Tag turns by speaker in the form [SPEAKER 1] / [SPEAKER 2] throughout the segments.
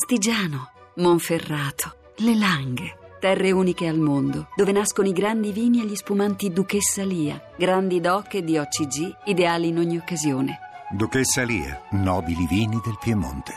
[SPEAKER 1] Astigiano, Monferrato, Le Langhe. Terre uniche al mondo, dove nascono i grandi vini e gli spumanti Duchessa Lia, grandi doc e di OCG, ideali in ogni occasione.
[SPEAKER 2] Duchessa Lia, nobili vini del Piemonte.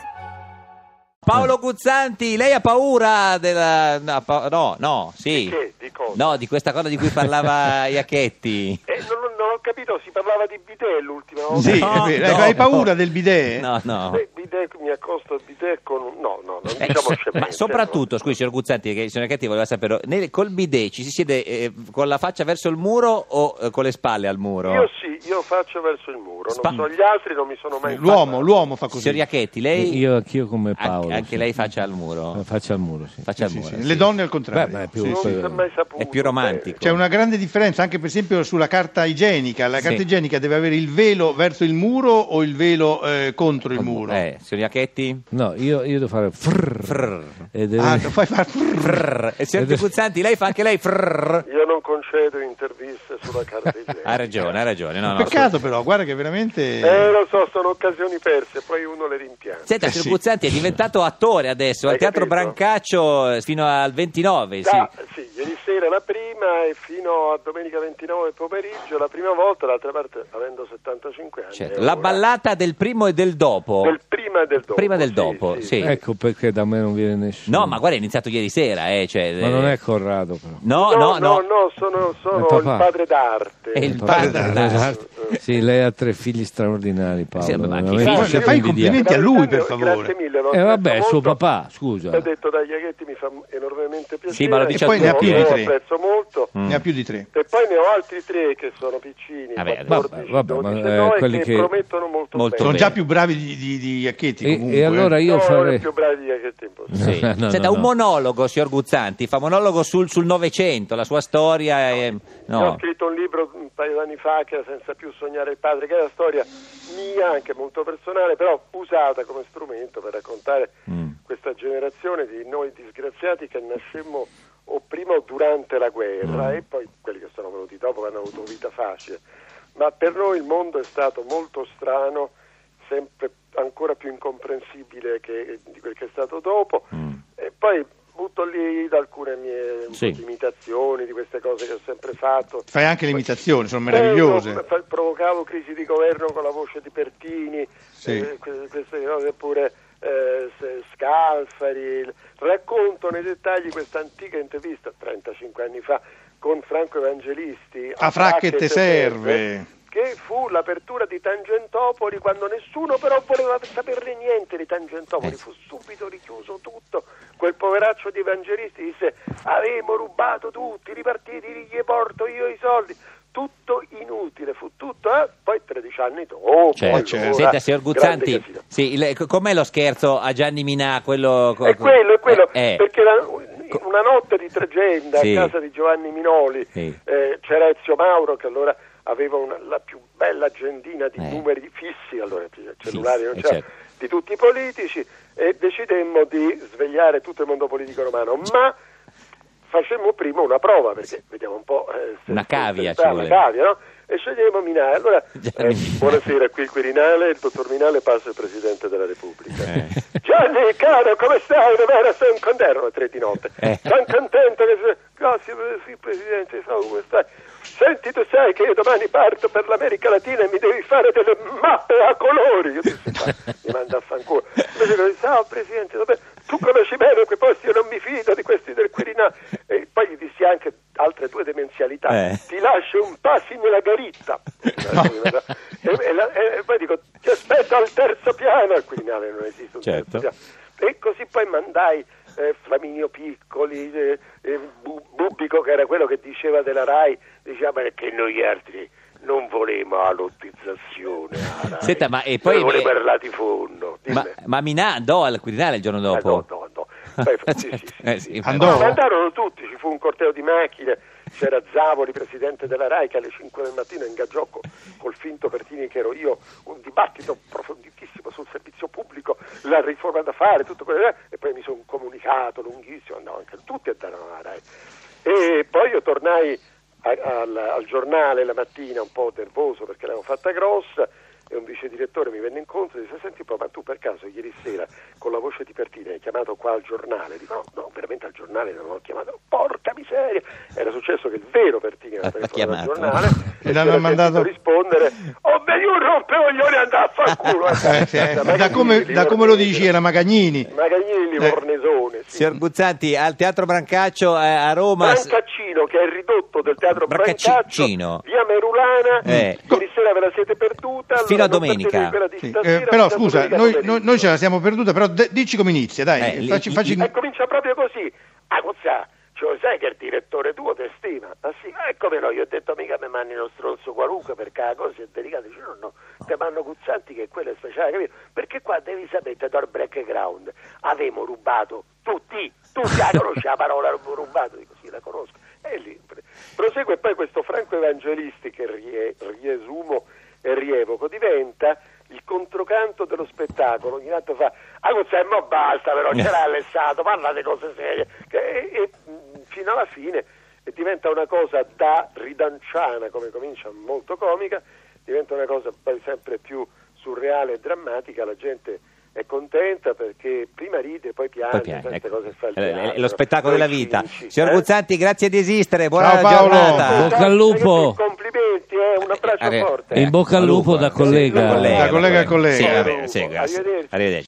[SPEAKER 3] Paolo Guzzanti, lei ha paura della... No, pa- no, no, sì.
[SPEAKER 4] Di che? Di cosa?
[SPEAKER 3] No, di questa cosa di cui parlava Iacchetti.
[SPEAKER 4] Eh, non, non- non ho capito, si parlava di bidet l'ultima volta.
[SPEAKER 5] Sì,
[SPEAKER 3] No,
[SPEAKER 5] è vero.
[SPEAKER 3] no.
[SPEAKER 5] hai paura del bidet?
[SPEAKER 3] No, no.
[SPEAKER 4] Eh, bidet, mi accosto al bidet con... un- No, no, non
[SPEAKER 3] Eh,
[SPEAKER 4] diciamo
[SPEAKER 3] so-
[SPEAKER 4] scemenze,
[SPEAKER 3] ma soprattutto, scusi signor Guzzanti, che il signor Iacchetti voleva sapere, nel- col bidet ci si siede eh, con la faccia verso il muro o eh, con le spalle al muro?
[SPEAKER 4] no. Io sì, io faccio verso il muro,
[SPEAKER 3] Spa-
[SPEAKER 4] non so, gli altri non mi sono mai...
[SPEAKER 5] L'uomo, diciamo, l'uomo fa così.
[SPEAKER 3] Signor Iacchetti, lei...
[SPEAKER 6] Io anch'io come
[SPEAKER 3] Anche-
[SPEAKER 6] Paolo.
[SPEAKER 3] anche
[SPEAKER 6] sì.
[SPEAKER 3] lei faccia al muro.
[SPEAKER 6] Eh, Faccia al muro, sì.
[SPEAKER 3] Faccia al
[SPEAKER 5] Sì,
[SPEAKER 3] muro.
[SPEAKER 5] sì.
[SPEAKER 3] eh, sì.
[SPEAKER 5] Le donne al
[SPEAKER 6] Beh,
[SPEAKER 5] contrario.
[SPEAKER 6] ma è più...
[SPEAKER 4] Non
[SPEAKER 6] poi-
[SPEAKER 4] si è mai saputo.
[SPEAKER 3] È più romantico.
[SPEAKER 5] C'è una grande differenza, anche per esempio sulla carta igienica. La carta
[SPEAKER 3] Sì.
[SPEAKER 5] igienica deve avere il velo verso il muro o il velo eh, contro il muro?
[SPEAKER 3] Eh, signor Iacchetti?
[SPEAKER 6] No, io, io devo fare... frrr.
[SPEAKER 3] Frrr.
[SPEAKER 6] E deve-
[SPEAKER 5] Ah, fai far...
[SPEAKER 3] Frrr. E signor
[SPEAKER 6] Ed è-
[SPEAKER 3] Guzzanti, lei fa anche lei... Frrr.
[SPEAKER 4] Eh, Io non concedo interviste sulla carta igienica.
[SPEAKER 3] Ha ragione, ha ragione. No, no,
[SPEAKER 5] Peccato però, guarda che veramente...
[SPEAKER 4] Eh, lo so, sono occasioni perse, poi uno le rimpianta.
[SPEAKER 3] Senta,
[SPEAKER 5] Eh,
[SPEAKER 3] signor
[SPEAKER 5] sì.
[SPEAKER 3] Guzzanti è diventato attore adesso al
[SPEAKER 4] Hai
[SPEAKER 3] Teatro
[SPEAKER 4] capito?
[SPEAKER 3] Brancaccio eh, fino al 29, sì.
[SPEAKER 4] Da- Ah, sì, ieri sera la prima e fino a domenica 29 pomeriggio la prima volta, d'altra parte avendo 75 anni.
[SPEAKER 3] Certo.
[SPEAKER 4] è
[SPEAKER 3] La
[SPEAKER 4] ora
[SPEAKER 3] ballata del primo e del dopo.
[SPEAKER 4] Del prima e del dopo.
[SPEAKER 3] Prima del
[SPEAKER 4] sì,
[SPEAKER 3] dopo,
[SPEAKER 4] sì.
[SPEAKER 3] sì.
[SPEAKER 5] Eh,
[SPEAKER 6] Ecco perché da me non viene nessuno.
[SPEAKER 3] No, ma guarda, è iniziato ieri sera, eh, cioè,
[SPEAKER 6] Ma
[SPEAKER 3] eh,
[SPEAKER 6] non è Corrado però.
[SPEAKER 3] No, no, no.
[SPEAKER 4] no, no, sono, sono
[SPEAKER 6] È papà.
[SPEAKER 4] il padre d'arte. Eh,
[SPEAKER 3] È il
[SPEAKER 6] Papà,
[SPEAKER 5] Eh,
[SPEAKER 3] padre
[SPEAKER 6] dai,
[SPEAKER 3] d'arte.
[SPEAKER 6] dai. Sì, lei ha tre figli straordinari, Paolo.
[SPEAKER 3] Eh. Sì, ma anche i
[SPEAKER 6] veramente
[SPEAKER 3] figli.
[SPEAKER 5] esatto. Fai-
[SPEAKER 6] siamo
[SPEAKER 5] fai i
[SPEAKER 6] invidiati.
[SPEAKER 5] complimenti a lui, per
[SPEAKER 4] Grazie
[SPEAKER 5] favore.
[SPEAKER 4] mille, l'ho
[SPEAKER 6] Eh, vabbè,
[SPEAKER 4] apprezzato
[SPEAKER 6] suo
[SPEAKER 4] molto.
[SPEAKER 6] papà, scusa.
[SPEAKER 4] L'ho detto da Iaghetti, mi fa enormemente piacere.
[SPEAKER 3] Sì, ma lo diciamo dice
[SPEAKER 5] E poi a ne ha tutti. più di
[SPEAKER 4] Lo
[SPEAKER 5] tre.
[SPEAKER 4] apprezzo molto.
[SPEAKER 3] Mm.
[SPEAKER 5] Ne ha più di tre.
[SPEAKER 4] E poi ne ho altri tre che sono piccini,
[SPEAKER 3] Vabbè,
[SPEAKER 4] 14,
[SPEAKER 6] vabbè, vabbè,
[SPEAKER 4] 12,
[SPEAKER 6] ma, eh,
[SPEAKER 4] no, e
[SPEAKER 6] quelli
[SPEAKER 4] che
[SPEAKER 6] che-
[SPEAKER 4] promettono
[SPEAKER 3] molto
[SPEAKER 4] molto, bene.
[SPEAKER 5] Sono
[SPEAKER 3] bene.
[SPEAKER 5] già più bravi di, di, di Iacchetti
[SPEAKER 6] E-
[SPEAKER 5] comunque.
[SPEAKER 6] e allora
[SPEAKER 5] eh.
[SPEAKER 6] io
[SPEAKER 4] Sono
[SPEAKER 6] farei...
[SPEAKER 4] più bravi di Iaghetti impossibile.
[SPEAKER 3] Sì.
[SPEAKER 6] No, no,
[SPEAKER 3] Senta,
[SPEAKER 6] no,
[SPEAKER 3] un
[SPEAKER 6] no.
[SPEAKER 3] monologo, signor Guzzanti, fa monologo sul, sul Novecento, la sua storia. eh,
[SPEAKER 4] Io
[SPEAKER 3] no.
[SPEAKER 4] Ho scritto un libro un paio d'anni fa che era Senza più sognare il padre, che è una storia mia, anche molto personale, però usata come strumento per raccontare
[SPEAKER 3] Mm.
[SPEAKER 4] questa generazione di noi disgraziati che nascemmo o prima o durante la guerra
[SPEAKER 3] Mm.
[SPEAKER 4] e poi quelli che sono venuti dopo che hanno avuto vita facile. Ma per noi il mondo è stato molto strano, sempre ancora più incomprensibile che- di quel che è stato dopo.
[SPEAKER 3] Mm.
[SPEAKER 4] E poi butto lì alcune mie un po'
[SPEAKER 3] Sì.
[SPEAKER 4] di imitazioni di queste cose che ho sempre fatto.
[SPEAKER 5] Fai anche le imitazioni, sono
[SPEAKER 4] Eh,
[SPEAKER 5] meravigliose.
[SPEAKER 4] Prendo, fa- provocavo crisi di governo con la voce di Pertini,
[SPEAKER 5] Sì.
[SPEAKER 4] eh, que- queste cose pure eh, se- Scalfari. Racconto nei dettagli questa antica intervista 35 anni fa con Franco Evangelisti
[SPEAKER 5] A Fra che te serve.
[SPEAKER 4] che fu l'apertura di Tangentopoli quando nessuno però voleva saperne niente di Tangentopoli,
[SPEAKER 3] Eh.
[SPEAKER 4] fu subito richiuso tutto, quel poveraccio di evangelisti disse avevo rubato tutti, ripartiti, gli porto io i soldi, tutto inutile, fu tutto, eh? poi 13 anni dopo,
[SPEAKER 3] Certo.
[SPEAKER 6] Cioè,
[SPEAKER 4] allora,
[SPEAKER 3] Senta, signor
[SPEAKER 4] grande
[SPEAKER 3] Guzzanti,
[SPEAKER 4] casino.
[SPEAKER 3] sì, il- co- com'è lo scherzo a Gianni Minà? Quello, co-
[SPEAKER 4] È quello, è quello,
[SPEAKER 3] Eh, eh.
[SPEAKER 4] perché la- una notte di tregenda
[SPEAKER 3] Sì.
[SPEAKER 4] a casa di Giovanni Minoli
[SPEAKER 3] Sì.
[SPEAKER 4] eh, c'era Ezio Mauro che allora aveva una- la più bella agendina di
[SPEAKER 3] Eh.
[SPEAKER 4] numeri fissi, allora il cellulare non
[SPEAKER 3] eh,
[SPEAKER 4] c'era,
[SPEAKER 3] certo.
[SPEAKER 4] di tutti i politici e decidemmo di svegliare tutto il mondo politico romano, ma facemmo prima una prova perché vediamo un po' eh, se-
[SPEAKER 3] Una
[SPEAKER 4] se-
[SPEAKER 3] cavia
[SPEAKER 4] se-
[SPEAKER 3] ci
[SPEAKER 4] una
[SPEAKER 3] vuole.
[SPEAKER 4] cavia, no? E scegliamo Minà. Allora,
[SPEAKER 3] Gianni
[SPEAKER 4] eh,
[SPEAKER 3] Minà.
[SPEAKER 4] buonasera, qui il Quirinale, il dottor Minale passa il Presidente della Repubblica.
[SPEAKER 3] Eh.
[SPEAKER 4] Gianni, caro, come stai? Davvero sei un contento? Erano le tre di notte.
[SPEAKER 3] Eh.
[SPEAKER 4] Sono contento che... sei- Grazie, eh, sì, Presidente, so come stai. Senti, tu sai che io domani parto per l'America Latina e mi devi fare delle mappe a colori. Io dissi, "Ma mi manda a fanculo. Invece lui disse, "Ah, Presidente, vabbè, tu conosci bene quei posti, io non mi fido di questi del Quirinale. E poi gli dissi anche altre due demenzialità.
[SPEAKER 3] Eh.
[SPEAKER 4] Ti lascio un passi nella garitta. Cioè, e, e la- e- e poi dico, ti aspetto al terzo piano. Al Quirinale non esiste un
[SPEAKER 3] Certo.
[SPEAKER 4] terzo piano. E così poi mandai eh, Flaminio Piccoli, eh, eh, Bu- Bubbico, che era quello che diceva della RAI, diceva perché noi altri non volevamo la lottizzazione. alla RAI,
[SPEAKER 3] Senta, ma e poi-
[SPEAKER 4] Noi volevamo il latifondo.
[SPEAKER 3] ma,
[SPEAKER 4] Dimmi.
[SPEAKER 3] ma Minà andò al Quirinale il giorno
[SPEAKER 4] Ah, no,
[SPEAKER 3] dopo?
[SPEAKER 4] no, no. Beh, sì, sì, sì,
[SPEAKER 3] Eh,
[SPEAKER 4] sì.
[SPEAKER 3] sì,
[SPEAKER 5] Andò?
[SPEAKER 4] Ma andarono tutti, ci fu un corteo di macchine, c'era Zavoli, presidente della RAI, che alle 5 del mattino ingaggiò co- col finto Pertini che ero io un dibattito approfonditissimo sul servizio pubblico, la riforma da fare, tutto quello là, e poi mi sono comunicato lunghissimo, andavo anche tutti andarono alla RAI. E poi io tornai a- al, al giornale la mattina un po' nervoso perché l'avevo fatta grossa e un vice direttore mi venne incontro e disse senti un po', ma tu per caso ieri sera con la voce di Pertini hai chiamato qua al giornale? Dico no, no, veramente al giornale non l'ho chiamato, porca miseria! Era successo che il vero Pertini
[SPEAKER 3] Ha
[SPEAKER 4] era telefonato al
[SPEAKER 3] chiamato.
[SPEAKER 4] giornale
[SPEAKER 5] E
[SPEAKER 4] e
[SPEAKER 5] l'hanno
[SPEAKER 4] l'hanno
[SPEAKER 5] mandato-
[SPEAKER 4] mandato rispondere oh beh io rompevoglione andare a far culo!
[SPEAKER 5] Eh, sì, eh. Da, come, da come lo dici era Magagnini.
[SPEAKER 4] Magagnini,
[SPEAKER 5] Eh.
[SPEAKER 4] Mornesone, sì.
[SPEAKER 3] Signor Guzzanti, al Teatro Brancaccio eh, a Roma... s-
[SPEAKER 4] Brancaccino, che è il ridotto del teatro Brancaccio,
[SPEAKER 3] Brancaccino.
[SPEAKER 4] via Merulana,
[SPEAKER 3] Eh.
[SPEAKER 4] ieri sera ve la siete perduta.
[SPEAKER 3] Fino a
[SPEAKER 4] allora non
[SPEAKER 3] domenica.
[SPEAKER 4] perdetevi quella di
[SPEAKER 5] Sì,
[SPEAKER 4] stasera,
[SPEAKER 5] eh, però
[SPEAKER 4] fino a
[SPEAKER 5] scusa,
[SPEAKER 4] domenica
[SPEAKER 5] noi,
[SPEAKER 4] pomeriggio.
[SPEAKER 5] noi- noi ce la siamo perduta, però de- dici come inizia, dai.
[SPEAKER 3] Eh, li-
[SPEAKER 5] facci,
[SPEAKER 3] li-
[SPEAKER 5] facci-
[SPEAKER 4] E comincia proprio così. Ah, Guzzà, cioè, sai che il direttore tuo ti stima? Ah sì, ah, come no, io ho detto mica mi manni lo stronzo qualunque perché la cosa è delicata. Dice no, no, te manno Guzzanti che quello è speciale, capito? Perché qua devi sapere, te do il background, avevamo rubato tutti, tutti Ah, la conosci la parola rub- rubato, dico sì, la conosco. E lì pre- prosegue poi questo Franco Evangelisti che rie- riesumo e rievoco, diventa il controcanto dello spettacolo. Ogni tanto fa, ah Guzzanti, mo basta però, ce l'ha Alessandro, parla di cose serie. Che- E, e, mh, fino alla fine e diventa una cosa da ridanciana, come comincia, molto comica, diventa una cosa poi sempre più surreale e drammatica, la gente è contenta perché prima ride, poi piange,
[SPEAKER 3] Poi piano,
[SPEAKER 4] tante
[SPEAKER 3] ecco.
[SPEAKER 4] cose fa il
[SPEAKER 3] Eh, È
[SPEAKER 4] teatro.
[SPEAKER 3] lo spettacolo
[SPEAKER 4] Noi
[SPEAKER 3] della vita.
[SPEAKER 4] cinici,
[SPEAKER 3] Signor
[SPEAKER 4] eh?
[SPEAKER 3] Guzzanti, grazie di esistere. Buona
[SPEAKER 5] Ciao, Paolo.
[SPEAKER 3] giornata.
[SPEAKER 6] Bocca al lupo.
[SPEAKER 4] Complimenti, eh, un abbraccio
[SPEAKER 3] Eh,
[SPEAKER 4] forte.
[SPEAKER 6] In bocca al lupo da
[SPEAKER 3] eh.
[SPEAKER 6] collega.
[SPEAKER 5] Da collega a collega.
[SPEAKER 3] Sì, vabbè, sì, grazie.
[SPEAKER 4] Arrivederci.
[SPEAKER 3] Arrivederci.